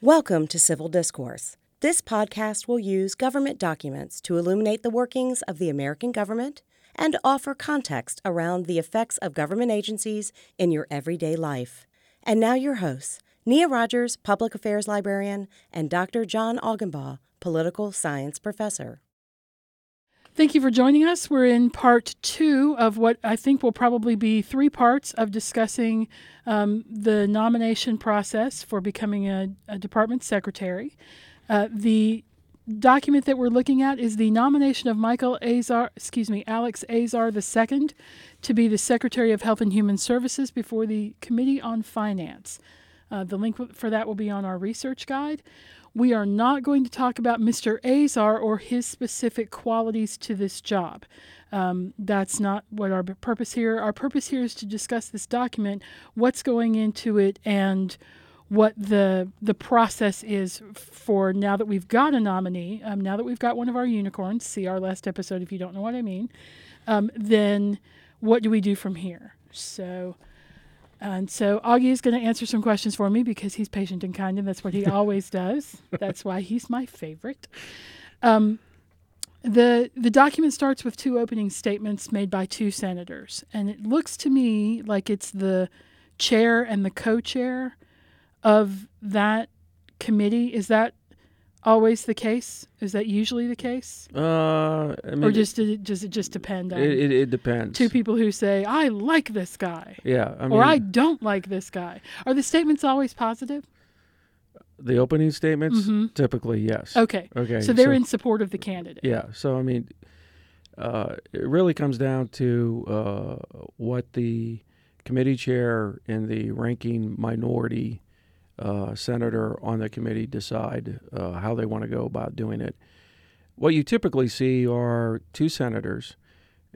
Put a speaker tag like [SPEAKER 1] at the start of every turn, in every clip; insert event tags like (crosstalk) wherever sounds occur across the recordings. [SPEAKER 1] Welcome to Civil Discourse. This podcast will use government documents to illuminate the workings of the American government and offer context around the effects of government agencies in your everyday life. And now, your hosts, Nia Rogers, Public Affairs Librarian, and Dr. John Augenbaugh, Political Science Professor.
[SPEAKER 2] Thank you for joining us. We're in part two of what I think will probably be three parts of discussing um, the nomination process for becoming a, a department secretary. Uh, the document that we're looking at is the nomination of Michael Azar, excuse me, Alex Azar II to be the Secretary of Health and Human Services before the Committee on Finance. Uh, the link for that will be on our research guide. We are not going to talk about Mr. Azar or his specific qualities to this job. Um, that's not what our purpose here. Our purpose here is to discuss this document, what's going into it, and what the the process is for now that we've got a nominee, um, now that we've got one of our unicorns. See our last episode if you don't know what I mean. Um, then what do we do from here? So. And so Augie is going to answer some questions for me because he's patient and kind, and that's what he always does. That's why he's my favorite. Um, the The document starts with two opening statements made by two senators, and it looks to me like it's the chair and the co-chair of that committee. Is that always the case? Is that usually the case?
[SPEAKER 3] Uh, I mean,
[SPEAKER 2] or just it, does it just depend on
[SPEAKER 3] it, it, it depends.
[SPEAKER 2] two people who say I like this guy
[SPEAKER 3] yeah, I mean,
[SPEAKER 2] or I don't like this guy? Are the statements always positive?
[SPEAKER 3] the opening statements
[SPEAKER 2] Mhm.
[SPEAKER 3] typically yes.
[SPEAKER 2] Okay.
[SPEAKER 3] Okay.
[SPEAKER 2] So they're in support of the candidate.
[SPEAKER 3] Yeah. So I mean, uh, it really comes down to uh, what the committee chair and the ranking minority uh, senator on the committee decide uh, how they want to go about doing it. What you typically see are two senators.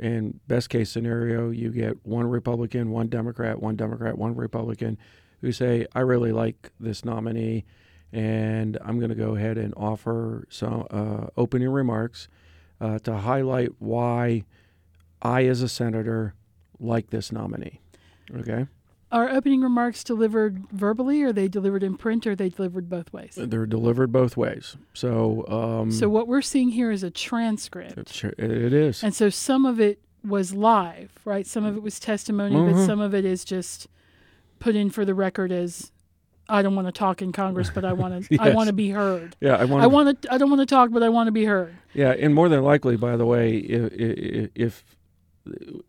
[SPEAKER 3] And best case scenario, you get one Republican, one Democrat, one Democrat, one Republican who say, I really like this nominee and I'm going to go ahead and offer some uh, opening remarks uh, to highlight why I, as a senator, like this nominee. Okay,
[SPEAKER 2] Are opening remarks delivered verbally? Are they delivered in print? Or are they delivered both ways?
[SPEAKER 3] they're delivered both ways. So, um,
[SPEAKER 2] So what we're seeing here is a transcript,
[SPEAKER 3] it's- it is.
[SPEAKER 2] and so some of it was live, right? Some of it was testimony, but
[SPEAKER 3] Mhm.
[SPEAKER 2] some of it is just put in for the record as I don't want to talk in Congress, but I
[SPEAKER 3] (laughs)
[SPEAKER 2] want to. I
[SPEAKER 3] Yes.
[SPEAKER 2] want to be heard.
[SPEAKER 3] Yeah, I want.
[SPEAKER 2] I want to. I don't want to talk, but I want to be heard.
[SPEAKER 3] Yeah, and more than likely, by the way, if if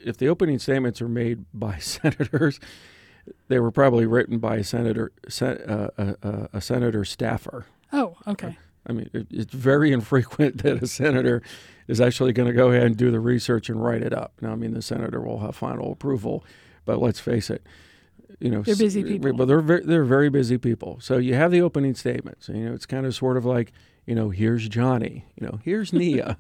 [SPEAKER 3] if the opening statements are made (laughs) by senators, they were probably written by a senator, sen- uh, uh, uh, a senator staffer.
[SPEAKER 2] Oh, okay.
[SPEAKER 3] I mean, it, it's very (laughs) infrequent that a senator is actually going to go ahead and do the research and write it up. Now, I mean, the senator will have final approval, but let's face it, you know,
[SPEAKER 2] They're busy
[SPEAKER 3] s-
[SPEAKER 2] people.
[SPEAKER 3] But they're very, they're very busy people. So you have the opening statements. You know, it's kind of sort of like, you know, here's Johnny. You know,
[SPEAKER 2] (laughs)
[SPEAKER 3] here's Nia.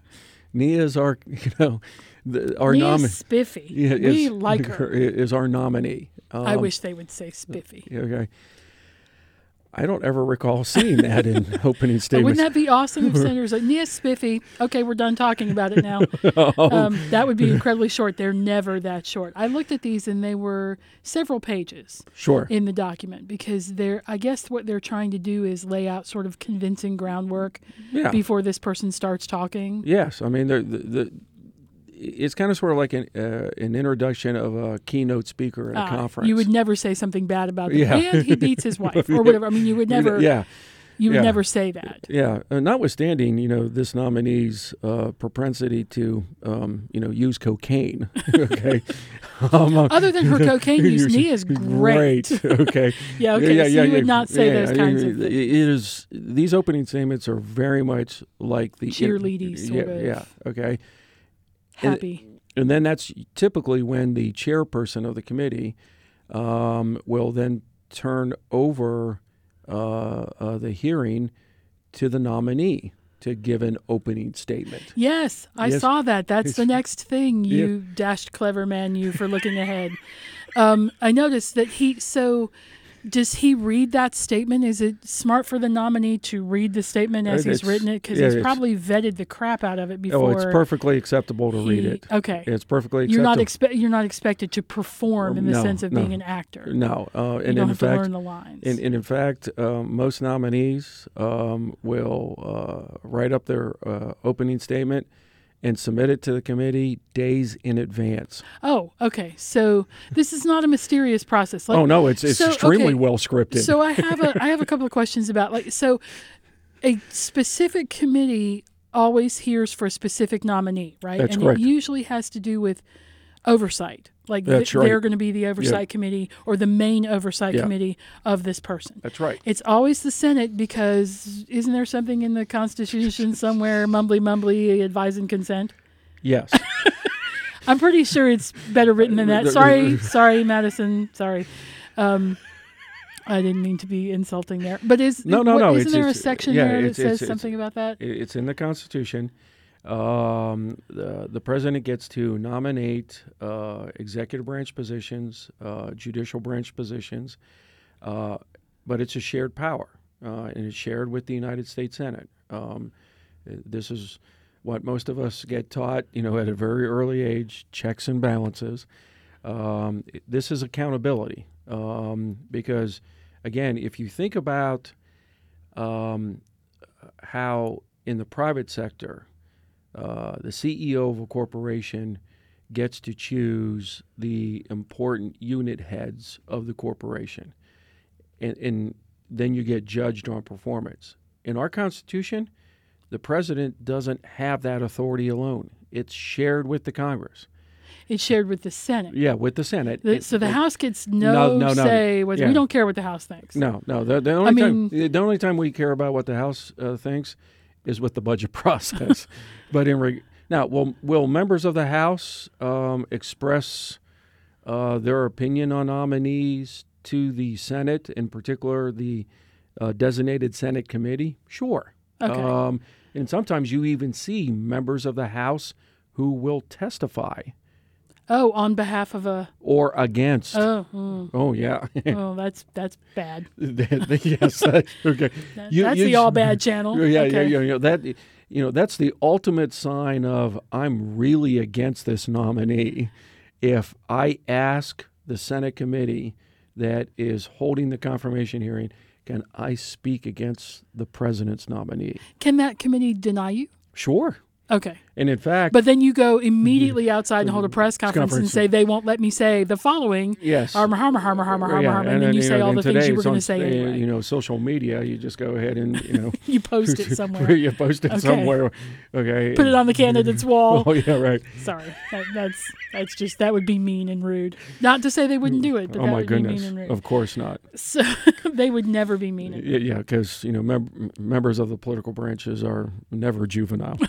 [SPEAKER 3] Nia's our, (laughs) you know, the, our
[SPEAKER 2] Leah
[SPEAKER 3] nominee.
[SPEAKER 2] Spiffy. we like her.
[SPEAKER 3] (laughs) Is our nominee.
[SPEAKER 2] I
[SPEAKER 3] Um,
[SPEAKER 2] wish they would say Spiffy.
[SPEAKER 3] Okay. I don't ever recall seeing
[SPEAKER 2] (laughs)
[SPEAKER 3] that in opening
[SPEAKER 2] But wouldn't
[SPEAKER 3] statements.
[SPEAKER 2] that be awesome
[SPEAKER 3] (laughs)
[SPEAKER 2] if senators like Nia Spiffy? Okay, we're done talking about it now.
[SPEAKER 3] (laughs) Oh,
[SPEAKER 2] um, that would be incredibly short. They're never that short. I looked at these and they were several pages
[SPEAKER 3] sure.
[SPEAKER 2] in the document because they're. I guess what they're trying to do is lay out sort of convincing groundwork
[SPEAKER 3] Yeah.
[SPEAKER 2] before this person starts talking.
[SPEAKER 3] Yes, I mean they're- the the it's kind of sort of like an uh, an introduction of a keynote speaker at a
[SPEAKER 2] Uh,
[SPEAKER 3] conference.
[SPEAKER 2] You would never say something bad about them.
[SPEAKER 3] Yeah.
[SPEAKER 2] And he beats
[SPEAKER 3] (laughs)
[SPEAKER 2] his wife or whatever. I mean, you would
[SPEAKER 3] You know,
[SPEAKER 2] never.
[SPEAKER 3] yeah,
[SPEAKER 2] You would
[SPEAKER 3] yeah.
[SPEAKER 2] never say that.
[SPEAKER 3] yeah. Uh, notwithstanding, you know, this nominee's uh, propensity to, um, you know, use cocaine. (laughs)
[SPEAKER 2] (laughs)
[SPEAKER 3] okay. Um, uh,
[SPEAKER 2] Other
[SPEAKER 3] (laughs)
[SPEAKER 2] than her Oh, cocaine use,
[SPEAKER 3] use-
[SPEAKER 2] Nia's great. (laughs)
[SPEAKER 3] (laughs) okay.
[SPEAKER 2] Yeah, okay. so you would not say those kinds of
[SPEAKER 3] It
[SPEAKER 2] things.
[SPEAKER 3] is these opening statements are very much like the
[SPEAKER 2] Cheerleady sort
[SPEAKER 3] yeah,
[SPEAKER 2] of.
[SPEAKER 3] Yeah. Okay. and-
[SPEAKER 2] Happy.
[SPEAKER 3] And then that's typically when the chairperson of the committee um, will then turn over uh, uh, the hearing to the nominee to give an opening statement.
[SPEAKER 2] Yes, I
[SPEAKER 3] Yes.
[SPEAKER 2] saw that. That's
[SPEAKER 3] (laughs)
[SPEAKER 2] the
[SPEAKER 3] Yes.
[SPEAKER 2] next thing
[SPEAKER 3] Yeah.
[SPEAKER 2] you dashed clever man you for looking ahead. Um, I noticed that he so Does he read that statement? Is it smart for the nominee to read the statement as
[SPEAKER 3] Uh,
[SPEAKER 2] he's
[SPEAKER 3] it's-
[SPEAKER 2] written it? Because
[SPEAKER 3] yeah,
[SPEAKER 2] he's
[SPEAKER 3] it's-
[SPEAKER 2] probably vetted the crap out of it
[SPEAKER 3] Oh,
[SPEAKER 2] before.
[SPEAKER 3] it's perfectly acceptable to read
[SPEAKER 2] he-
[SPEAKER 3] it.
[SPEAKER 2] Okay.
[SPEAKER 3] It's perfectly
[SPEAKER 2] You're
[SPEAKER 3] acceptable.
[SPEAKER 2] not expect. You're not expected to perform in the
[SPEAKER 3] No,
[SPEAKER 2] sense of
[SPEAKER 3] no.
[SPEAKER 2] being an actor.
[SPEAKER 3] no, uh,
[SPEAKER 2] you
[SPEAKER 3] and
[SPEAKER 2] don't
[SPEAKER 3] in
[SPEAKER 2] have to
[SPEAKER 3] fact,
[SPEAKER 2] learn the lines.
[SPEAKER 3] and, and in fact, um, most nominees um, will uh, write up their uh, opening statement and submit it to the committee days in advance.
[SPEAKER 2] oh, okay. So this is not a mysterious process. Like,
[SPEAKER 3] oh no, it's it's
[SPEAKER 2] so,
[SPEAKER 3] extremely
[SPEAKER 2] okay.
[SPEAKER 3] well scripted.
[SPEAKER 2] So I have a I have a couple of questions about like so a specific committee always hears for a specific nominee, right?
[SPEAKER 3] That's
[SPEAKER 2] and
[SPEAKER 3] correct.
[SPEAKER 2] it usually has to do with oversight. Like th-
[SPEAKER 3] That's right.
[SPEAKER 2] they're going to be the oversight committee or the main oversight
[SPEAKER 3] Yeah.
[SPEAKER 2] committee of this person.
[SPEAKER 3] That's right.
[SPEAKER 2] It's always the Senate because isn't there something in the Constitution somewhere mumbly mumbly advising consent?
[SPEAKER 3] Yes.
[SPEAKER 2] I'm pretty sure it's better written than that. Sorry, sorry, Madison. Sorry. Um, I didn't mean to be insulting there. But is
[SPEAKER 3] No, no,
[SPEAKER 2] what-
[SPEAKER 3] no,
[SPEAKER 2] Isn't
[SPEAKER 3] it's-
[SPEAKER 2] there a
[SPEAKER 3] it's-
[SPEAKER 2] section
[SPEAKER 3] yeah,
[SPEAKER 2] there that
[SPEAKER 3] it's- it's-
[SPEAKER 2] says
[SPEAKER 3] it's-
[SPEAKER 2] something about that?
[SPEAKER 3] It- It's in the Constitution. Um, the, the president gets to nominate uh, executive branch positions, uh, judicial branch positions, uh, but it's a shared power, uh, and it's shared with the United States Senate. Um, uh, this is what most of us get taught, you know, at a very early age: checks and balances. Um, it- this is accountability, um, because again, if you think about um, how in the private sector, uh, the CEO of a corporation gets to choose the important unit heads of the corporation. And, and then you get judged on performance. In our Constitution, the president doesn't have that authority alone. It's shared with the Congress.
[SPEAKER 2] It's shared with the Senate.
[SPEAKER 3] Yeah, with the Senate.
[SPEAKER 2] The-
[SPEAKER 3] It-
[SPEAKER 2] so the
[SPEAKER 3] it-
[SPEAKER 2] House gets no,
[SPEAKER 3] no, no.
[SPEAKER 2] say. What,
[SPEAKER 3] Yeah.
[SPEAKER 2] We don't care what the House thinks.
[SPEAKER 3] No, no. The, the only
[SPEAKER 2] mean-
[SPEAKER 3] time the only time we care about what the House uh, thinks is with the budget (laughs) process. but in reg- now, will will members of the House um, express uh, their opinion on nominees to the Senate, in particular the uh, designated Senate committee? Sure.
[SPEAKER 2] Okay.
[SPEAKER 3] Um, and sometimes you even see members of the House who will testify
[SPEAKER 2] Oh, on behalf of a.
[SPEAKER 3] or against.
[SPEAKER 2] Oh, mm,
[SPEAKER 3] oh yeah. (laughs)
[SPEAKER 2] oh, that's that's bad.
[SPEAKER 3] yes. (laughs) that- okay. You-
[SPEAKER 2] that's
[SPEAKER 3] you
[SPEAKER 2] the
[SPEAKER 3] j- (laughs)
[SPEAKER 2] all bad channel.
[SPEAKER 3] Yeah,
[SPEAKER 2] Oh, Okay.
[SPEAKER 3] yeah, yeah, yeah. That you know, that's the ultimate sign of I'm really against this nominee. If I ask the Senate committee that is holding the confirmation hearing, can I speak against the president's nominee?
[SPEAKER 2] Can that committee deny you?
[SPEAKER 3] Sure.
[SPEAKER 2] Okay.
[SPEAKER 3] And in fact,
[SPEAKER 2] But then you go immediately outside and hold a press conference, and
[SPEAKER 3] Mm-hmm. conference.
[SPEAKER 2] say they won't let me say the following.
[SPEAKER 3] yes.
[SPEAKER 2] Harmer, harmer, harmer, harmer, harmer,
[SPEAKER 3] Yeah,
[SPEAKER 2] harmer, and then you say
[SPEAKER 3] know,
[SPEAKER 2] all the things
[SPEAKER 3] today
[SPEAKER 2] you were
[SPEAKER 3] it's
[SPEAKER 2] going
[SPEAKER 3] on,
[SPEAKER 2] to say
[SPEAKER 3] uh,
[SPEAKER 2] anyway.
[SPEAKER 3] You know, social media. You just go ahead and you know
[SPEAKER 2] (laughs) You (laughs) post
[SPEAKER 3] (laughs)
[SPEAKER 2] it somewhere,
[SPEAKER 3] you post it
[SPEAKER 2] Okay.
[SPEAKER 3] somewhere. Okay.
[SPEAKER 2] put it on the candidate's wall.
[SPEAKER 3] (laughs) Oh yeah, right.
[SPEAKER 2] Sorry, that, that's that's just that would be mean and rude. Not to say they wouldn't do it, but
[SPEAKER 3] oh
[SPEAKER 2] that
[SPEAKER 3] my
[SPEAKER 2] would
[SPEAKER 3] goodness.
[SPEAKER 2] be mean and rude.
[SPEAKER 3] Of course not.
[SPEAKER 2] So (laughs) they would never be mean. And rude.
[SPEAKER 3] Yeah, yeah, because you know mem- m- members of the political branches are never juvenile.
[SPEAKER 2] (laughs)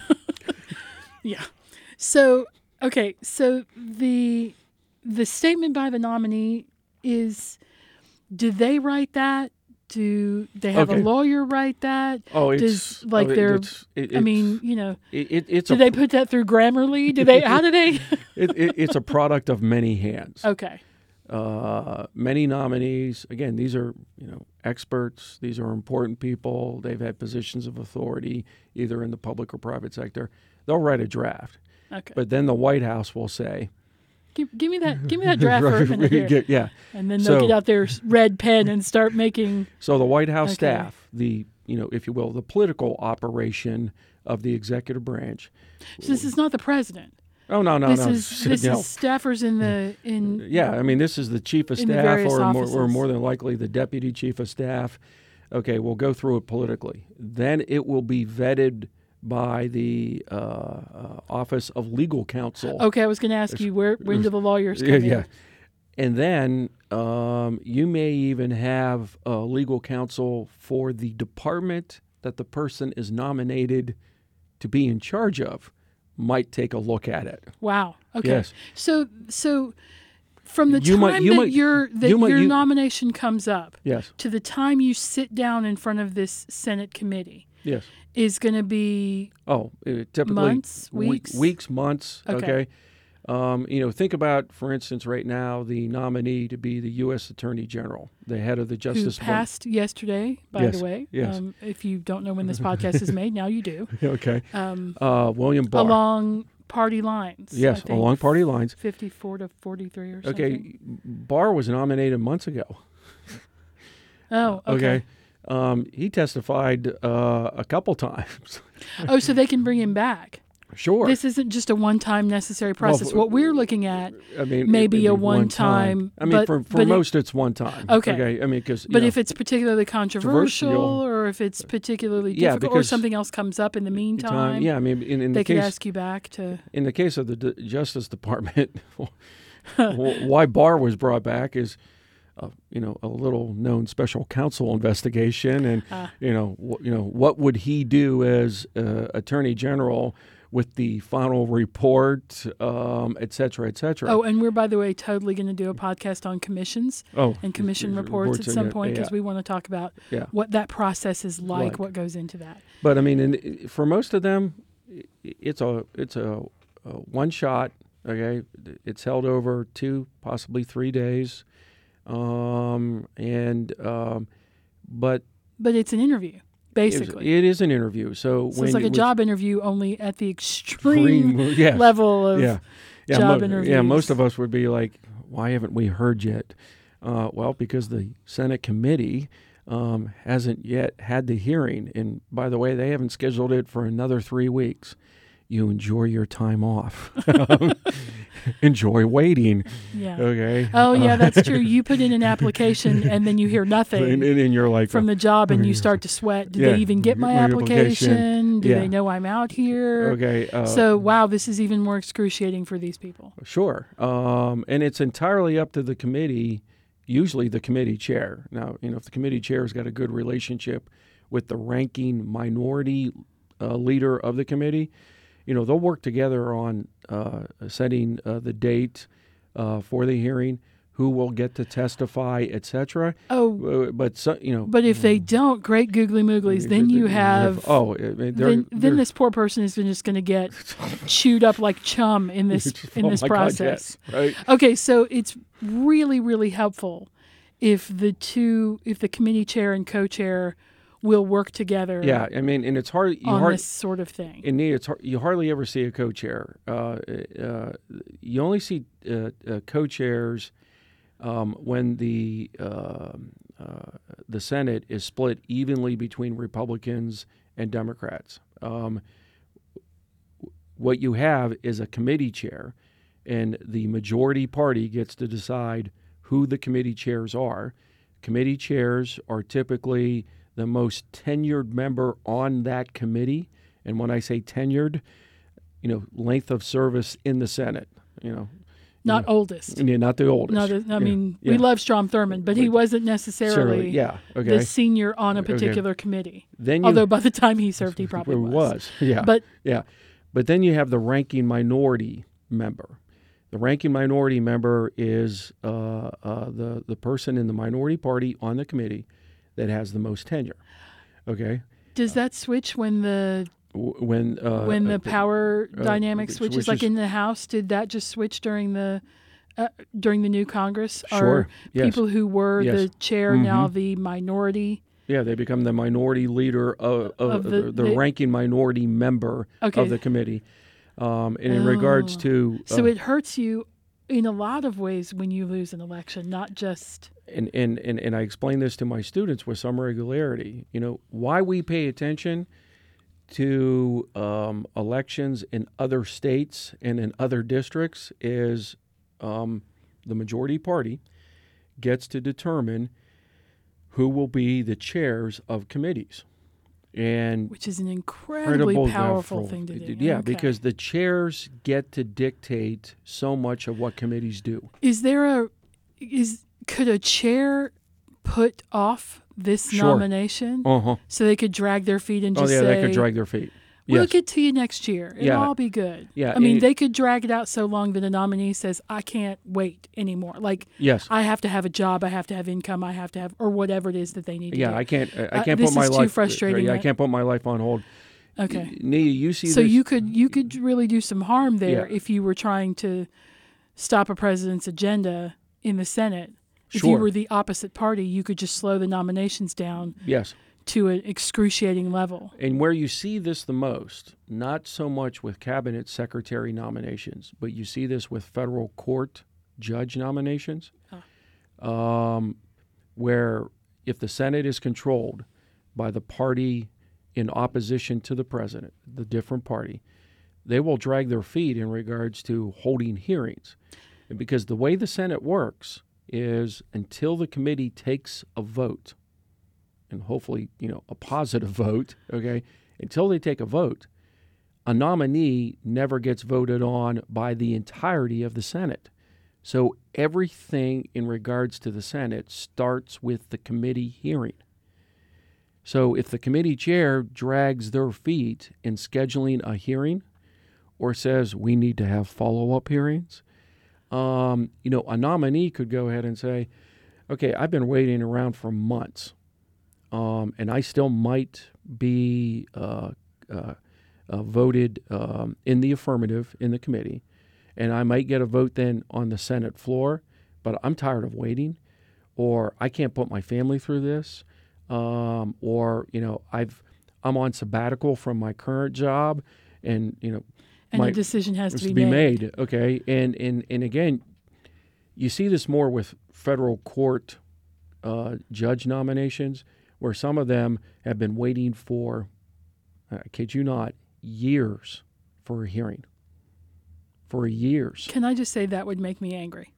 [SPEAKER 2] Yeah. So okay, so the the statement by the nominee is, do they write that? Do they have
[SPEAKER 3] Okay.
[SPEAKER 2] a lawyer write that?
[SPEAKER 3] oh, it's
[SPEAKER 2] Does, like,
[SPEAKER 3] oh, it-
[SPEAKER 2] they're-
[SPEAKER 3] It's, it-
[SPEAKER 2] I mean,
[SPEAKER 3] it's-
[SPEAKER 2] you know,
[SPEAKER 3] it, it- it's
[SPEAKER 2] do
[SPEAKER 3] a
[SPEAKER 2] they put that through Grammarly? Do they? How do
[SPEAKER 3] (laughs)
[SPEAKER 2] they?
[SPEAKER 3] it, it-
[SPEAKER 2] (laughs)
[SPEAKER 3] it's a product of many hands.
[SPEAKER 2] Okay.
[SPEAKER 3] Uh, many nominees. Again, these are you know experts. These are important people. They've had positions of authority either in the public or private sector. They'll write a draft,
[SPEAKER 2] Okay.
[SPEAKER 3] but then the White House will say, (laughs)
[SPEAKER 2] give, give me that. Give me that draft for a minute here.
[SPEAKER 3] yeah.
[SPEAKER 2] and then they'll
[SPEAKER 3] so-
[SPEAKER 2] get out their s- red pen and start making.
[SPEAKER 3] So the White House
[SPEAKER 2] Okay.
[SPEAKER 3] staff, the you know, if you will, the political operation of the executive branch.
[SPEAKER 2] So this is not the president.
[SPEAKER 3] Oh no, no,
[SPEAKER 2] this
[SPEAKER 3] no. (laughs)
[SPEAKER 2] is this
[SPEAKER 3] no. Uh,
[SPEAKER 2] is staffers in the in.
[SPEAKER 3] yeah, I mean, this is the chief of
[SPEAKER 2] In the
[SPEAKER 3] staff,
[SPEAKER 2] various
[SPEAKER 3] or more, or
[SPEAKER 2] offices.
[SPEAKER 3] more than likely the deputy chief of staff. Okay, we'll go through it politically. Then it will be vetted by the uh, uh, Office of Legal Counsel. (laughs)
[SPEAKER 2] Okay, I was going to ask you where when do the lawyers come
[SPEAKER 3] Yeah,
[SPEAKER 2] in?
[SPEAKER 3] yeah. And then um, you may even have uh, legal counsel for the department that the person is nominated to be in charge of might take a look at it.
[SPEAKER 2] Wow. Okay.
[SPEAKER 3] Yes.
[SPEAKER 2] So so from the
[SPEAKER 3] You
[SPEAKER 2] time
[SPEAKER 3] might- you
[SPEAKER 2] that
[SPEAKER 3] might-
[SPEAKER 2] your that
[SPEAKER 3] you might-
[SPEAKER 2] your
[SPEAKER 3] you-
[SPEAKER 2] nomination comes up
[SPEAKER 3] Yes.
[SPEAKER 2] to the time you sit down in front of this Senate committee
[SPEAKER 3] Yes.
[SPEAKER 2] is going to be
[SPEAKER 3] Oh, uh, typically
[SPEAKER 2] Months,
[SPEAKER 3] we-
[SPEAKER 2] weeks?
[SPEAKER 3] weeks, months.
[SPEAKER 2] Okay.
[SPEAKER 3] Okay. Um, you know, think about, for instance, right now the nominee to be the U.S. Attorney General, the head of the Justice
[SPEAKER 2] who passed yesterday, by
[SPEAKER 3] Yes,
[SPEAKER 2] the way.
[SPEAKER 3] yes.
[SPEAKER 2] Um, if you don't know when this podcast is made, now you
[SPEAKER 3] (laughs)
[SPEAKER 2] do.
[SPEAKER 3] Okay.
[SPEAKER 2] Um,
[SPEAKER 3] Uh, William Barr.
[SPEAKER 2] along party lines. I
[SPEAKER 3] yes,
[SPEAKER 2] think,
[SPEAKER 3] along party lines.
[SPEAKER 2] 54 to 43 or something.
[SPEAKER 3] Okay, Barr was nominated months ago.
[SPEAKER 2] Oh,
[SPEAKER 3] Uh,
[SPEAKER 2] okay.
[SPEAKER 3] Um, he testified uh, a couple times. (laughs)
[SPEAKER 2] Oh, so they can bring him back.
[SPEAKER 3] sure.
[SPEAKER 2] This isn't just a one-time necessary process.
[SPEAKER 3] for-
[SPEAKER 2] what we're looking at,
[SPEAKER 3] I mean,
[SPEAKER 2] maybe
[SPEAKER 3] it'd
[SPEAKER 2] a
[SPEAKER 3] be
[SPEAKER 2] one-time,
[SPEAKER 3] I mean,
[SPEAKER 2] but-
[SPEAKER 3] for, for
[SPEAKER 2] but it-
[SPEAKER 3] most, it's one time.
[SPEAKER 2] Okay.
[SPEAKER 3] I mean, because
[SPEAKER 2] but if it's particularly controversial,
[SPEAKER 3] Controversial.
[SPEAKER 2] or if it's particularly
[SPEAKER 3] Yeah,
[SPEAKER 2] difficult, or
[SPEAKER 3] because-
[SPEAKER 2] something else comes up in the meantime,
[SPEAKER 3] yeah, I mean, in, in
[SPEAKER 2] they
[SPEAKER 3] the
[SPEAKER 2] could
[SPEAKER 3] case
[SPEAKER 2] ask you back to.
[SPEAKER 3] in the case of the D- Justice Department, (laughs) wh- why Barr was brought back is, uh, you know, a little known special counsel investigation, and
[SPEAKER 2] Ah.
[SPEAKER 3] you know, wh- you know, what would he do as uh, Attorney General with the final report, um, et cetera, et cetera.
[SPEAKER 2] Oh, and we're by the way totally going to do a podcast on commissions
[SPEAKER 3] Oh,
[SPEAKER 2] and commission
[SPEAKER 3] r- r-
[SPEAKER 2] reports,
[SPEAKER 3] reports
[SPEAKER 2] at
[SPEAKER 3] and
[SPEAKER 2] some
[SPEAKER 3] it-
[SPEAKER 2] point because
[SPEAKER 3] yeah.
[SPEAKER 2] we want to talk about
[SPEAKER 3] Yeah.
[SPEAKER 2] what that process is like,
[SPEAKER 3] Like.
[SPEAKER 2] what goes into that.
[SPEAKER 3] But I mean, in, for most of them, i- it's a it's a, a one shot. Okay, it's held over two, possibly three days, um, and um, but
[SPEAKER 2] But it's an interview,
[SPEAKER 3] it's-
[SPEAKER 2] basically.
[SPEAKER 3] it is an interview. So,
[SPEAKER 2] so
[SPEAKER 3] when
[SPEAKER 2] it's like a
[SPEAKER 3] it was
[SPEAKER 2] job interview, only at the extreme
[SPEAKER 3] green- (laughs) yeah,
[SPEAKER 2] level of.
[SPEAKER 3] yeah, yeah,
[SPEAKER 2] job
[SPEAKER 3] Yeah, most
[SPEAKER 2] interviews.
[SPEAKER 3] of us would be like, "Why haven't we heard yet?" Uh, well, because the Senate committee um, hasn't yet had the hearing, and by the way, they haven't scheduled it for another three weeks. You enjoy your time off. (laughs) enjoy waiting.
[SPEAKER 2] yeah.
[SPEAKER 3] Okay.
[SPEAKER 2] Oh yeah,
[SPEAKER 3] Uh,
[SPEAKER 2] that's
[SPEAKER 3] (laughs)
[SPEAKER 2] true. You put in an application and then you hear
[SPEAKER 3] and,
[SPEAKER 2] nothing
[SPEAKER 3] and, and you're like,
[SPEAKER 2] from the job, and you start to sweat. Did
[SPEAKER 3] Yeah,
[SPEAKER 2] they even get my
[SPEAKER 3] my application.
[SPEAKER 2] application? Do
[SPEAKER 3] Yeah.
[SPEAKER 2] they know I'm out here?
[SPEAKER 3] okay. Uh,
[SPEAKER 2] so wow, this is even more excruciating for these people.
[SPEAKER 3] Sure. Um, and it's entirely up to the committee, usually the committee chair. Now, you know, if the committee chair has got a good relationship with the ranking minority uh, leader of the committee, you know, they'll work together on uh, setting uh, the date uh, for the hearing, who will get to testify, et cetera.
[SPEAKER 2] Oh,
[SPEAKER 3] Uh, But, so, you know,
[SPEAKER 2] but if they don't, great googly mooglies, then you have.
[SPEAKER 3] oh, I mean, they're,
[SPEAKER 2] Then, then
[SPEAKER 3] they're- (laughs)
[SPEAKER 2] this poor person is just going to get chewed up like chum in this in
[SPEAKER 3] oh
[SPEAKER 2] this
[SPEAKER 3] my God, yes,
[SPEAKER 2] process. Uh,
[SPEAKER 3] right?
[SPEAKER 2] Okay, so it's really, really helpful if the two, if the committee chair and co-chair will work together
[SPEAKER 3] Yeah, I mean, and it's hard. You
[SPEAKER 2] on
[SPEAKER 3] hard,
[SPEAKER 2] this sort of thing.
[SPEAKER 3] in need, it's har- you hardly ever see a co-chair. Uh, uh, you only see uh, uh, co-chairs um, when the um uh, the Senate is split evenly between Republicans and Democrats. Um, what you have is a committee chair, and the majority party gets to decide who the committee chairs are. Committee chairs are typically the most tenured member on that committee, and when I say tenured, you know, length of service in the Senate. You know,
[SPEAKER 2] Not oldest.
[SPEAKER 3] and you're not the oldest.
[SPEAKER 2] Not, I
[SPEAKER 3] Yeah,
[SPEAKER 2] mean,
[SPEAKER 3] yeah.
[SPEAKER 2] we love Strom Thurmond, but he wasn't necessarily
[SPEAKER 3] Certainly, yeah. Okay.
[SPEAKER 2] the senior on a particular committee.
[SPEAKER 3] then you
[SPEAKER 2] Although by the time he
[SPEAKER 3] (laughs)
[SPEAKER 2] served, he probably
[SPEAKER 3] it
[SPEAKER 2] was.
[SPEAKER 3] Yeah.
[SPEAKER 2] But
[SPEAKER 3] yeah. But then you have the ranking minority member. The ranking minority member is uh, uh, the the person in the minority party on the committee that has the most tenure. Okay.
[SPEAKER 2] does that switch when the
[SPEAKER 3] W- When uh,
[SPEAKER 2] when the
[SPEAKER 3] uh,
[SPEAKER 2] power dynamic
[SPEAKER 3] which-
[SPEAKER 2] switches,
[SPEAKER 3] which
[SPEAKER 2] like
[SPEAKER 3] is-
[SPEAKER 2] in the House, did that just switch during the uh, during the new Congress? Are
[SPEAKER 3] Sure. Yes.
[SPEAKER 2] people who were
[SPEAKER 3] Yes. Mm-hmm.
[SPEAKER 2] the chair now the minority?
[SPEAKER 3] yeah they become the minority leader of, of,
[SPEAKER 2] Of the-
[SPEAKER 3] the, the,
[SPEAKER 2] the-
[SPEAKER 3] ranking minority member
[SPEAKER 2] Okay. Oh.
[SPEAKER 3] of the committee. Um, and in regards to uh,
[SPEAKER 2] So it hurts you in a lot of ways when you lose an election, not just
[SPEAKER 3] and, and, and, and I explain this to my students with some regularity. You know, why we pay attention to um, elections in other states and in other districts is um, the majority party gets to determine who will be the chairs of committees. And
[SPEAKER 2] which is an incredibly
[SPEAKER 3] incredible
[SPEAKER 2] powerful
[SPEAKER 3] powerful-
[SPEAKER 2] thing to do.
[SPEAKER 3] Yeah,
[SPEAKER 2] Okay.
[SPEAKER 3] because the chairs get to dictate so much of what committees do.
[SPEAKER 2] is there a is could a chair put off this
[SPEAKER 3] Sure.
[SPEAKER 2] nomination
[SPEAKER 3] Uh huh.
[SPEAKER 2] so they could drag their feet and
[SPEAKER 3] Oh,
[SPEAKER 2] just
[SPEAKER 3] yeah,
[SPEAKER 2] say
[SPEAKER 3] they could drag their feet.
[SPEAKER 2] We'll
[SPEAKER 3] Yes.
[SPEAKER 2] get to you next year. It'll
[SPEAKER 3] Yeah.
[SPEAKER 2] all be good.
[SPEAKER 3] Yeah,
[SPEAKER 2] I mean,
[SPEAKER 3] and-
[SPEAKER 2] they could drag it out so long that a nominee says, I can't wait anymore. Like,
[SPEAKER 3] Yes.
[SPEAKER 2] I have to have a job, I have to have income, I have to have, or whatever it is that they need to
[SPEAKER 3] Yeah,
[SPEAKER 2] do.
[SPEAKER 3] I can't. I- I
[SPEAKER 2] Uh,
[SPEAKER 3] can't
[SPEAKER 2] this
[SPEAKER 3] put my
[SPEAKER 2] is too
[SPEAKER 3] life.
[SPEAKER 2] frustrating,
[SPEAKER 3] yeah, I
[SPEAKER 2] right?
[SPEAKER 3] can't put my life on hold.
[SPEAKER 2] Okay.
[SPEAKER 3] Nia, you see
[SPEAKER 2] So
[SPEAKER 3] this.
[SPEAKER 2] you could you could really do some harm there
[SPEAKER 3] Yeah.
[SPEAKER 2] if you were trying to stop a president's agenda in the Senate. If you
[SPEAKER 3] Sure.
[SPEAKER 2] were the opposite party, you could just slow the nominations down
[SPEAKER 3] yes.
[SPEAKER 2] to an excruciating level.
[SPEAKER 3] And where you see this the most, not so much with cabinet secretary nominations, but you see this with federal court judge nominations, um, where if the Senate is controlled by the party in opposition to the president, the different party, they will drag their feet in regards to holding hearings. And because the way the Senate works is until the committee takes a vote, and hopefully, you know, a positive (laughs) vote, okay, until they take a vote, a nominee never gets voted on by the entirety of the Senate. So everything in regards to the Senate starts with the committee hearing. So if the committee chair drags their feet in scheduling a hearing or says we need to have follow up hearings, um, you know, a nominee could go ahead and say, okay, I've been waiting around for months um, and I still might be uh, uh, uh, voted um, in the affirmative in the committee, and I might get a vote then on the Senate floor. But I'm tired of waiting, or I can't put my family through this, um, or you know I've I'm on sabbatical from my current job, and you know
[SPEAKER 2] And
[SPEAKER 3] my-
[SPEAKER 2] a decision has
[SPEAKER 3] was
[SPEAKER 2] to be, made.
[SPEAKER 3] Okay, and and and again, you see this more with federal court uh, judge nominations, where some of them have been waiting for, I kid you not, years for a hearing. For years,
[SPEAKER 2] Can I just say that would make me angry?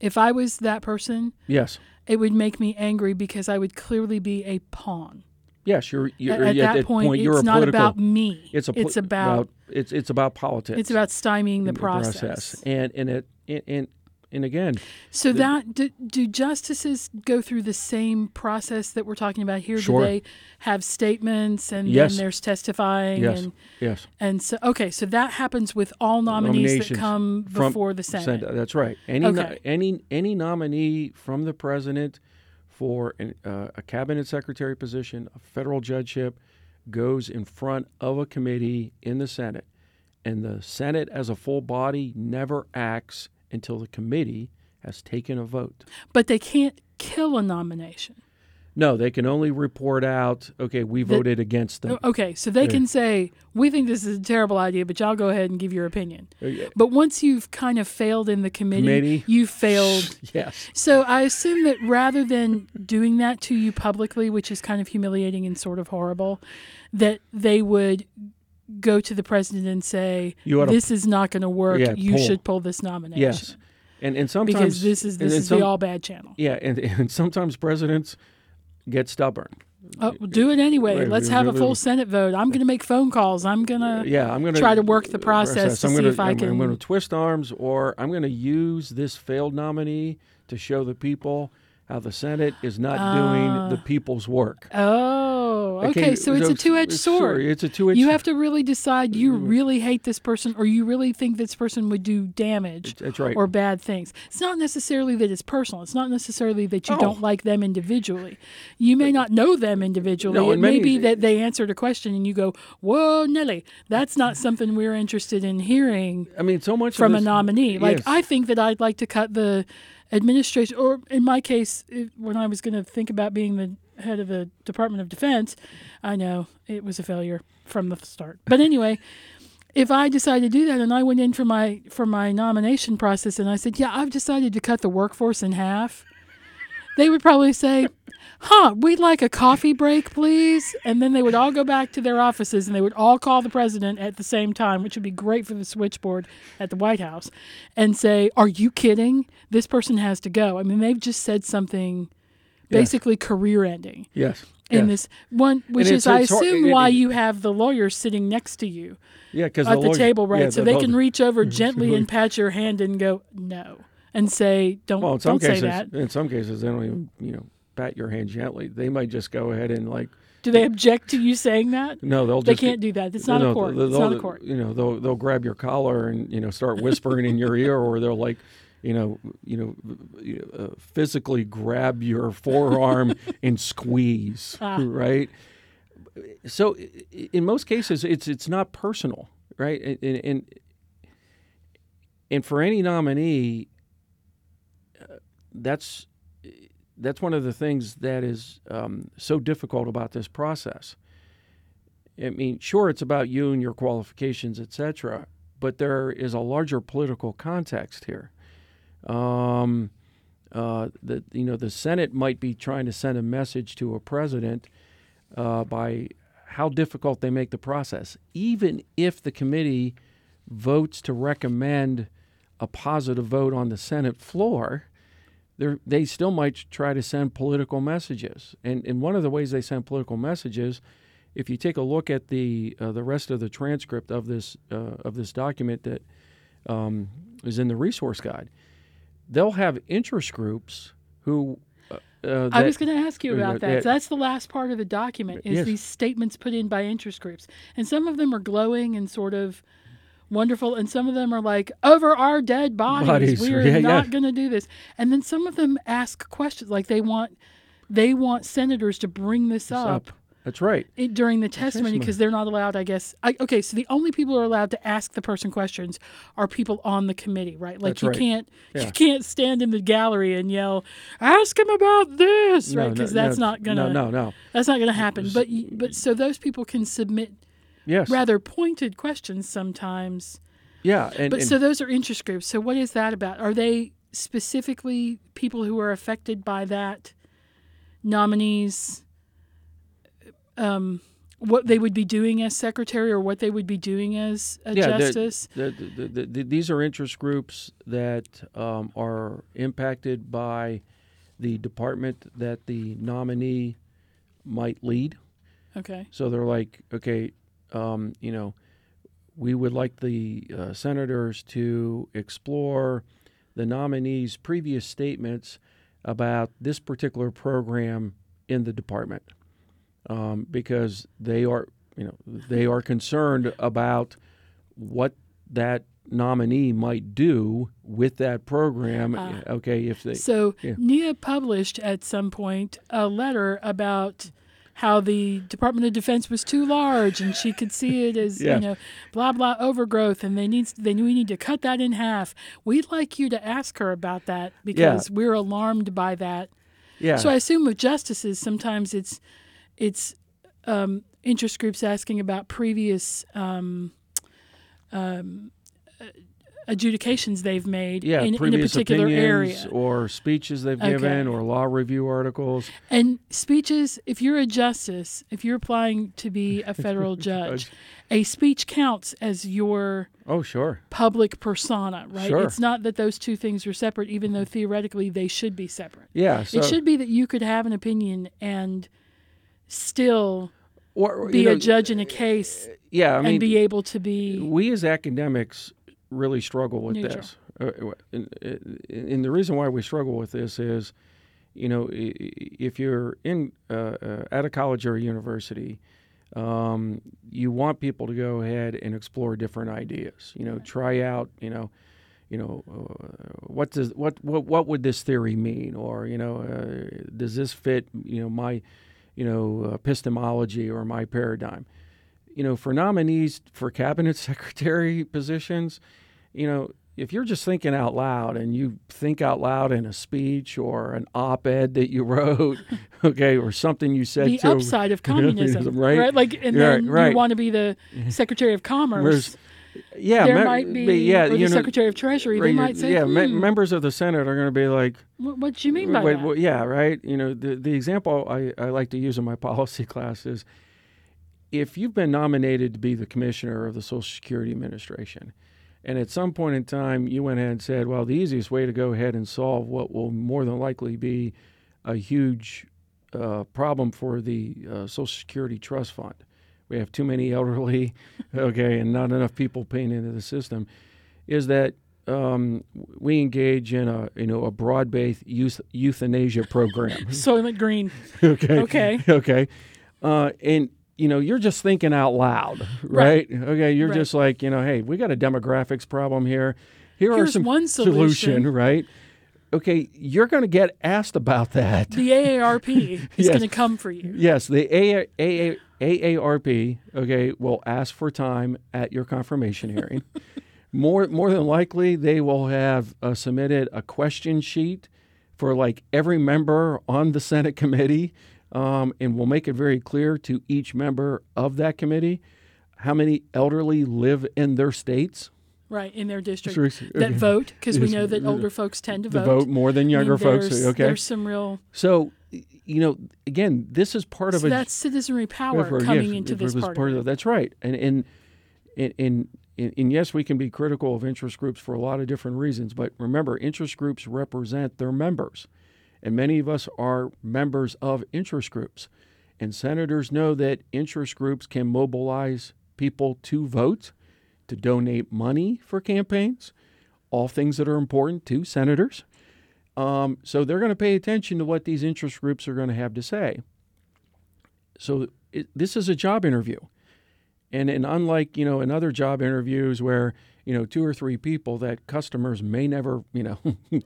[SPEAKER 2] If I was that person,
[SPEAKER 3] yes,
[SPEAKER 2] it would make me angry because I would clearly be a pawn.
[SPEAKER 3] yes. You're, you're
[SPEAKER 2] at, at
[SPEAKER 3] yeah,
[SPEAKER 2] that point,
[SPEAKER 3] you're
[SPEAKER 2] it's
[SPEAKER 3] a
[SPEAKER 2] not
[SPEAKER 3] political.
[SPEAKER 2] about me.
[SPEAKER 3] it's a. poli-
[SPEAKER 2] it's about
[SPEAKER 3] It's it's about politics.
[SPEAKER 2] it's about stymieing the
[SPEAKER 3] and
[SPEAKER 2] process.
[SPEAKER 3] And and it and and, and again,
[SPEAKER 2] So that do, do justices go through the same process that we're talking about here?
[SPEAKER 3] Sure.
[SPEAKER 2] Do they have statements and
[SPEAKER 3] Yes.
[SPEAKER 2] then there's testifying
[SPEAKER 3] yes,
[SPEAKER 2] and
[SPEAKER 3] yes.
[SPEAKER 2] and so okay, so that happens with all nominees that
[SPEAKER 3] nominations
[SPEAKER 2] come
[SPEAKER 3] from
[SPEAKER 2] before the Senate.
[SPEAKER 3] That's right. Any no-
[SPEAKER 2] Okay.
[SPEAKER 3] any any nominee from the president for an, uh, a cabinet secretary position, a federal judgeship, goes in front of a committee in the Senate, and the Senate as a full body never acts until the committee has taken a vote.
[SPEAKER 2] But they can't kill a nomination.
[SPEAKER 3] No, they can only report out. Okay, we voted against them.
[SPEAKER 2] Okay, so they can say, "We think this is a terrible idea, but y'all go ahead and give your opinion."
[SPEAKER 3] Uh,
[SPEAKER 2] But once you've kind of failed in the committee,
[SPEAKER 3] Committee.
[SPEAKER 2] you've failed
[SPEAKER 3] Yes.
[SPEAKER 2] So I assume that rather than doing that to you publicly, which is kind of humiliating and sort of horrible, that they would go to the president and say,
[SPEAKER 3] You oughta-
[SPEAKER 2] "This is not going to work.
[SPEAKER 3] Yeah,
[SPEAKER 2] you
[SPEAKER 3] pull.
[SPEAKER 2] should pull this nomination
[SPEAKER 3] Yes. And and sometimes
[SPEAKER 2] because this is
[SPEAKER 3] and
[SPEAKER 2] this
[SPEAKER 3] then
[SPEAKER 2] is
[SPEAKER 3] some-
[SPEAKER 2] the all bad channel.
[SPEAKER 3] Yeah, and, (laughs) and sometimes presidents get stubborn.
[SPEAKER 2] Oh, do it anyway.
[SPEAKER 3] Right,
[SPEAKER 2] Let's
[SPEAKER 3] we
[SPEAKER 2] have a
[SPEAKER 3] really-
[SPEAKER 2] full Senate vote. I'm going to make phone calls. I'm going to
[SPEAKER 3] yeah, I'm going
[SPEAKER 2] try to work the process to
[SPEAKER 3] I'm
[SPEAKER 2] see
[SPEAKER 3] gonna,
[SPEAKER 2] if I
[SPEAKER 3] I'm, I'm
[SPEAKER 2] can-
[SPEAKER 3] going to twist arms, or I'm going to use this failed nominee to show the people how the Senate is not
[SPEAKER 2] Uh,
[SPEAKER 3] doing the people's work.
[SPEAKER 2] Oh, okay.
[SPEAKER 3] Okay,
[SPEAKER 2] so it's
[SPEAKER 3] so
[SPEAKER 2] a two-edged
[SPEAKER 3] it's-
[SPEAKER 2] sword.
[SPEAKER 3] sorry, it's a two-edged- Mm-hmm.
[SPEAKER 2] You have to really decide you really hate this person or you really think this person would do damage
[SPEAKER 3] That's right.
[SPEAKER 2] or bad things. It's not necessarily that it's personal. It's not necessarily that you don't
[SPEAKER 3] Oh.
[SPEAKER 2] like them individually. You may not know them individually.
[SPEAKER 3] No,
[SPEAKER 2] it
[SPEAKER 3] and
[SPEAKER 2] may
[SPEAKER 3] many-
[SPEAKER 2] be that they answered a question and you go, "Whoa, Nelly, that's not something we're interested in hearing."
[SPEAKER 3] I mean, so much of
[SPEAKER 2] from a
[SPEAKER 3] this-
[SPEAKER 2] nominee. Like
[SPEAKER 3] yes.
[SPEAKER 2] I think that I'd like to cut the administration, or in my case, it, when I was going to think about being the head of the Department of Defense, I know it was a failure from the start. But anyway. If I decided to do that, and I went in for my for my nomination process, and I said, "Yeah, I've decided to cut the workforce in half," they would probably say, "Huh, we'd like a coffee break, please." And then they would all go back to their offices and they would all call the president at the same time, which would be great for the switchboard at the White House, and say, "Are you kidding? This person has to go." I mean, they've just said something basically career-ending
[SPEAKER 3] Yes.
[SPEAKER 2] in
[SPEAKER 3] yes.
[SPEAKER 2] this one, which
[SPEAKER 3] it's-
[SPEAKER 2] is, I
[SPEAKER 3] it's hor-
[SPEAKER 2] assume,
[SPEAKER 3] it-
[SPEAKER 2] why
[SPEAKER 3] it-
[SPEAKER 2] you have the lawyers sitting next to you
[SPEAKER 3] yeah, because
[SPEAKER 2] at the table, right?
[SPEAKER 3] Yeah,
[SPEAKER 2] so
[SPEAKER 3] the-
[SPEAKER 2] they
[SPEAKER 3] the-
[SPEAKER 2] can reach
[SPEAKER 3] (laughs)
[SPEAKER 2] over gently and pat your hand and go, "No," and say, "Don't,
[SPEAKER 3] Well, in some
[SPEAKER 2] don't
[SPEAKER 3] cases,
[SPEAKER 2] say that."
[SPEAKER 3] in some cases, they don't even you know pat your hand gently. They might just go ahead and like
[SPEAKER 2] Do they object to you saying that?
[SPEAKER 3] no, they'll
[SPEAKER 2] They
[SPEAKER 3] just
[SPEAKER 2] can't do that. It's not
[SPEAKER 3] No,
[SPEAKER 2] a court.
[SPEAKER 3] they'll-
[SPEAKER 2] It's not a
[SPEAKER 3] they'll-
[SPEAKER 2] court.
[SPEAKER 3] You know, they'll they'll grab your collar and you know start whispering in your ear, or they'll like, you know, you know, you know, uh,
[SPEAKER 2] (laughs) Ah.
[SPEAKER 3] physically grab your forearm and squeeze, right? so i- i- in most cases, it's it's not personal, right? And and and, and for any nominee, uh, that's that's one of the things that is um, so difficult about this process. I mean, sure, it's about you and your qualifications, et cetera, but there is a larger political context here. Um, uh, that you know, the Senate might be trying to send a message to a president uh, by how difficult they make the process, even if the committee votes to recommend a positive vote on the Senate floor. they're- They still might try to send political messages, and and one of the ways they send political messages if you take a look at the uh, the rest of the transcript of this uh, of this document that um, is in the resource guide, they'll have interest groups who. Uh, uh,
[SPEAKER 2] I
[SPEAKER 3] that-
[SPEAKER 2] was going to ask you
[SPEAKER 3] uh,
[SPEAKER 2] about that.
[SPEAKER 3] yeah.
[SPEAKER 2] So that's the last part of the document is
[SPEAKER 3] Yes.
[SPEAKER 2] these statements put in by interest groups. And some of them are glowing and sort of wonderful and some of them are like over our dead bodies,
[SPEAKER 3] Bodies,
[SPEAKER 2] we're
[SPEAKER 3] (laughs) yeah, yeah.
[SPEAKER 2] not going to do this. And then some of them ask questions like they want they want senators to bring this up,
[SPEAKER 3] up. That's right.
[SPEAKER 2] i- during the testimony because they're not allowed, I guess. I, okay, so the only people who are allowed to ask the person questions are people on the committee, right? Like
[SPEAKER 3] That's
[SPEAKER 2] you
[SPEAKER 3] right.
[SPEAKER 2] can't
[SPEAKER 3] Yeah.
[SPEAKER 2] you can't stand in the gallery and yell, "Ask him about this," right? Because that's not gonna
[SPEAKER 3] No, no, no.
[SPEAKER 2] that's not gonna happen. But you, but so those people can submit
[SPEAKER 3] Yes.
[SPEAKER 2] rather pointed questions sometimes.
[SPEAKER 3] yeah. And,
[SPEAKER 2] But
[SPEAKER 3] and-
[SPEAKER 2] so those are interest groups. So what is that about? Are they specifically people who are affected by that nominees? Um, what they would be doing as secretary, or what they would be doing as a
[SPEAKER 3] yeah, the-
[SPEAKER 2] justice?
[SPEAKER 3] the- the- the- the- these are interest groups that um, are impacted by the department that the nominee might lead.
[SPEAKER 2] Okay,
[SPEAKER 3] So they're like, okay, um, you know, we would like the uh, senators to explore the nominee's previous statements about this particular program in the department um, because they are, you know, they are concerned about what that nominee might do with that program.
[SPEAKER 2] Ah.
[SPEAKER 3] okay, if they
[SPEAKER 2] so
[SPEAKER 3] yeah.
[SPEAKER 2] Nia published at some point a letter about how the Department of Defense was too large, and she could see it as
[SPEAKER 3] Yeah.
[SPEAKER 2] you know, blah blah overgrowth, and they needs they we need to cut that in half. We'd like you to ask her about that because we're alarmed by that.
[SPEAKER 3] yeah,
[SPEAKER 2] So I assume with justices, sometimes it's it's um, interest groups asking about previous um, um, uh, adjudications they've made
[SPEAKER 3] yeah,
[SPEAKER 2] in, in a
[SPEAKER 3] previous
[SPEAKER 2] particular
[SPEAKER 3] opinions
[SPEAKER 2] area.
[SPEAKER 3] or speeches they've
[SPEAKER 2] Okay.
[SPEAKER 3] given or law review articles.
[SPEAKER 2] And speeches, if you're a justice, if you're applying to be
[SPEAKER 3] (laughs)
[SPEAKER 2] a federal judge, a speech counts as your
[SPEAKER 3] Oh, sure.
[SPEAKER 2] public persona, right?
[SPEAKER 3] Sure.
[SPEAKER 2] It's not that those two things are separate, even though theoretically they should be separate.
[SPEAKER 3] Yeah, so,
[SPEAKER 2] it should be that you could have an opinion and still
[SPEAKER 3] or, or,
[SPEAKER 2] be
[SPEAKER 3] you know,
[SPEAKER 2] a judge in a case
[SPEAKER 3] Yeah, I mean,
[SPEAKER 2] and be able to be
[SPEAKER 3] we as academics really struggle with
[SPEAKER 2] Neutral.
[SPEAKER 3] this, Uh, and, and the reason why we struggle with this is, you know, i- i- if you're in uh, uh, at a college or a university. Um, you want people to go ahead and explore different ideas. You know, try out. You know, you know, uh, what does what what what would this theory mean, or you know, uh, does this fit you know my you know epistemology or my paradigm? You know, for nominees for cabinet (laughs) secretary positions, you know, if you're just thinking out loud and you think out loud in a speech or an op-ed that you (laughs) wrote, okay, or something (laughs) you said
[SPEAKER 2] the
[SPEAKER 3] to
[SPEAKER 2] upside of communism,
[SPEAKER 3] right?
[SPEAKER 2] Like, and
[SPEAKER 3] Right,
[SPEAKER 2] then
[SPEAKER 3] right.
[SPEAKER 2] you want to be
[SPEAKER 3] (laughs)
[SPEAKER 2] the Secretary of Commerce.
[SPEAKER 3] Where's- yeah,
[SPEAKER 2] there
[SPEAKER 3] me-
[SPEAKER 2] might be,
[SPEAKER 3] yeah,
[SPEAKER 2] or the
[SPEAKER 3] you know,
[SPEAKER 2] Secretary of Treasury. They
[SPEAKER 3] right,
[SPEAKER 2] might say,
[SPEAKER 3] yeah, me-
[SPEAKER 2] "Hmm,
[SPEAKER 3] members of the Senate are going to be like,
[SPEAKER 2] What, what do you mean by
[SPEAKER 3] Wait,
[SPEAKER 2] that?
[SPEAKER 3] well, yeah, right. You know, the, the example I, I like to use in my (laughs) policy class is if you've been nominated to be the commissioner of the Social Security Administration, and at some point in time you went ahead and said, well, the easiest way to go ahead and solve what will more than likely be a huge uh, problem for the uh, Social Security Trust Fund. We have too many elderly, (laughs) okay, and not enough people paying into the system. Is that um, we engage in a you know a broad-based youth, euthanasia program?
[SPEAKER 2] Soylent Green.
[SPEAKER 3] (laughs) okay.
[SPEAKER 2] Okay.
[SPEAKER 3] Okay. Uh, and you know, you're just thinking out loud, right? Okay. You're
[SPEAKER 2] Right.
[SPEAKER 3] just like, you know, hey, we got a demographics problem here. Here
[SPEAKER 2] Here's
[SPEAKER 3] are some
[SPEAKER 2] one solution.
[SPEAKER 3] right? Okay, you're going to get asked about that.
[SPEAKER 2] The AARP is
[SPEAKER 3] (laughs) Yes.
[SPEAKER 2] going to come for you.
[SPEAKER 3] Yes, the AA, AARP, okay, will ask for time at your confirmation hearing. more more than likely, they will have uh, submitted a question sheet for like every member on the Senate committee, um, and will make it very clear to each member of that committee how many elderly live in their states
[SPEAKER 2] right in their district
[SPEAKER 3] Seriously,
[SPEAKER 2] that
[SPEAKER 3] okay.
[SPEAKER 2] vote because we
[SPEAKER 3] Yes,
[SPEAKER 2] know that
[SPEAKER 3] uh,
[SPEAKER 2] older folks tend to
[SPEAKER 3] to
[SPEAKER 2] vote.
[SPEAKER 3] vote more than younger
[SPEAKER 2] I mean,
[SPEAKER 3] folks.
[SPEAKER 2] there's-
[SPEAKER 3] Okay,
[SPEAKER 2] there's some real.
[SPEAKER 3] so y- you know, again, this is part of
[SPEAKER 2] So
[SPEAKER 3] a
[SPEAKER 2] that's citizenry power
[SPEAKER 3] Therefore,
[SPEAKER 2] coming
[SPEAKER 3] yes,
[SPEAKER 2] into
[SPEAKER 3] it
[SPEAKER 2] this
[SPEAKER 3] was
[SPEAKER 2] part.
[SPEAKER 3] part
[SPEAKER 2] of it.
[SPEAKER 3] of- that's right, and and and. and and, and yes, we can be critical of interest groups for a lot of different reasons, but remember, interest groups represent their members. And many of us are members of interest groups. And senators know that interest groups can mobilize people to vote, to donate money for campaigns, all things that are important to senators. Um, so they're going to pay attention to what these interest groups are going to have to say. So it, this is a job interview. And, and unlike, you know, in other job interviews where, you know, two or three people that customers may never, you know, (laughs)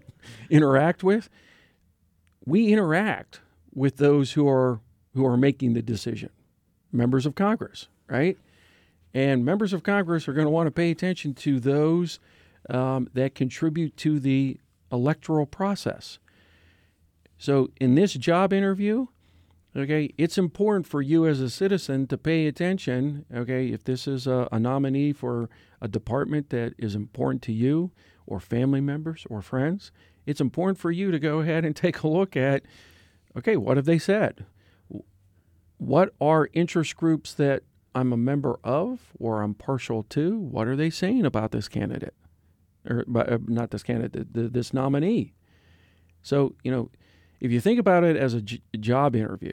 [SPEAKER 3] interact with, we interact with those who are who are making the decision, members of Congress, right? And members of Congress are going to want to pay attention to those um, that contribute to the electoral process. So in this job interview, okay, it's important for you as a citizen to pay attention, okay, if this is a, a nominee for a department that is important to you or family members or friends, it's important for you to go ahead and take a look at, okay, what have they said? What are interest groups that I'm a member of or I'm partial to? What are they saying about this candidate? Or but, uh, not this candidate, th- this nominee. So, you know, if you think about it as a j- job interview,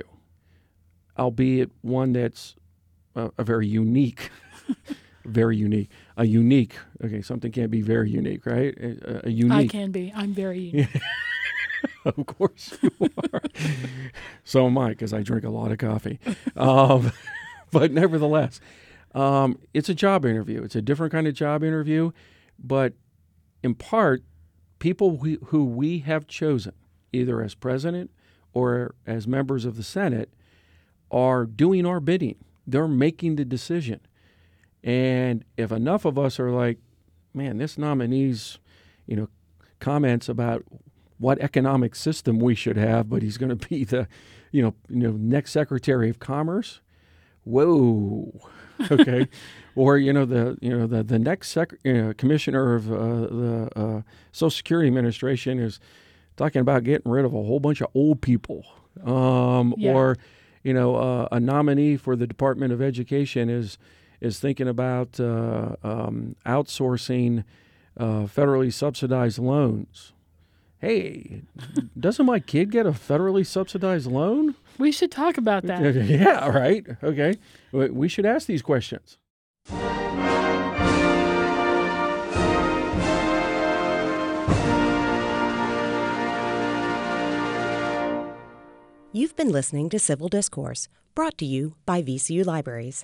[SPEAKER 3] albeit one that's a, a very unique, (laughs) very unique, a unique, okay, something can't be very unique, right? A, a- a unique
[SPEAKER 2] I can be. I'm very unique.
[SPEAKER 3] (laughs) of course you are. so am I, because I drink a lot of coffee. Um, (laughs) but nevertheless, um, it's a job interview. It's a different kind of job interview, but in part, people who, who we have chosen, either as president or as members of the Senate, are doing our bidding. They're making the decision. And if enough of us are like, man, this nominee's, you know, comments about what economic system we should have, but he's going to be the, you know, you know, next Secretary of Commerce. Whoa, (laughs) okay, or you know the you know the the next sec, you know, commissioner of uh, the uh, Social Security Administration is talking about getting rid of a whole bunch of old people, um,
[SPEAKER 2] Yeah.
[SPEAKER 3] or you know uh, a nominee for the Department of Education is is thinking about uh, um, outsourcing uh, federally subsidized loans. Hey, doesn't my kid get a federally subsidized loan?
[SPEAKER 2] we should talk about that.
[SPEAKER 3] (laughs) Yeah, right. Okay. We- We should ask these questions.
[SPEAKER 1] You've been listening to Civil Discourse, brought to you by VCU Libraries.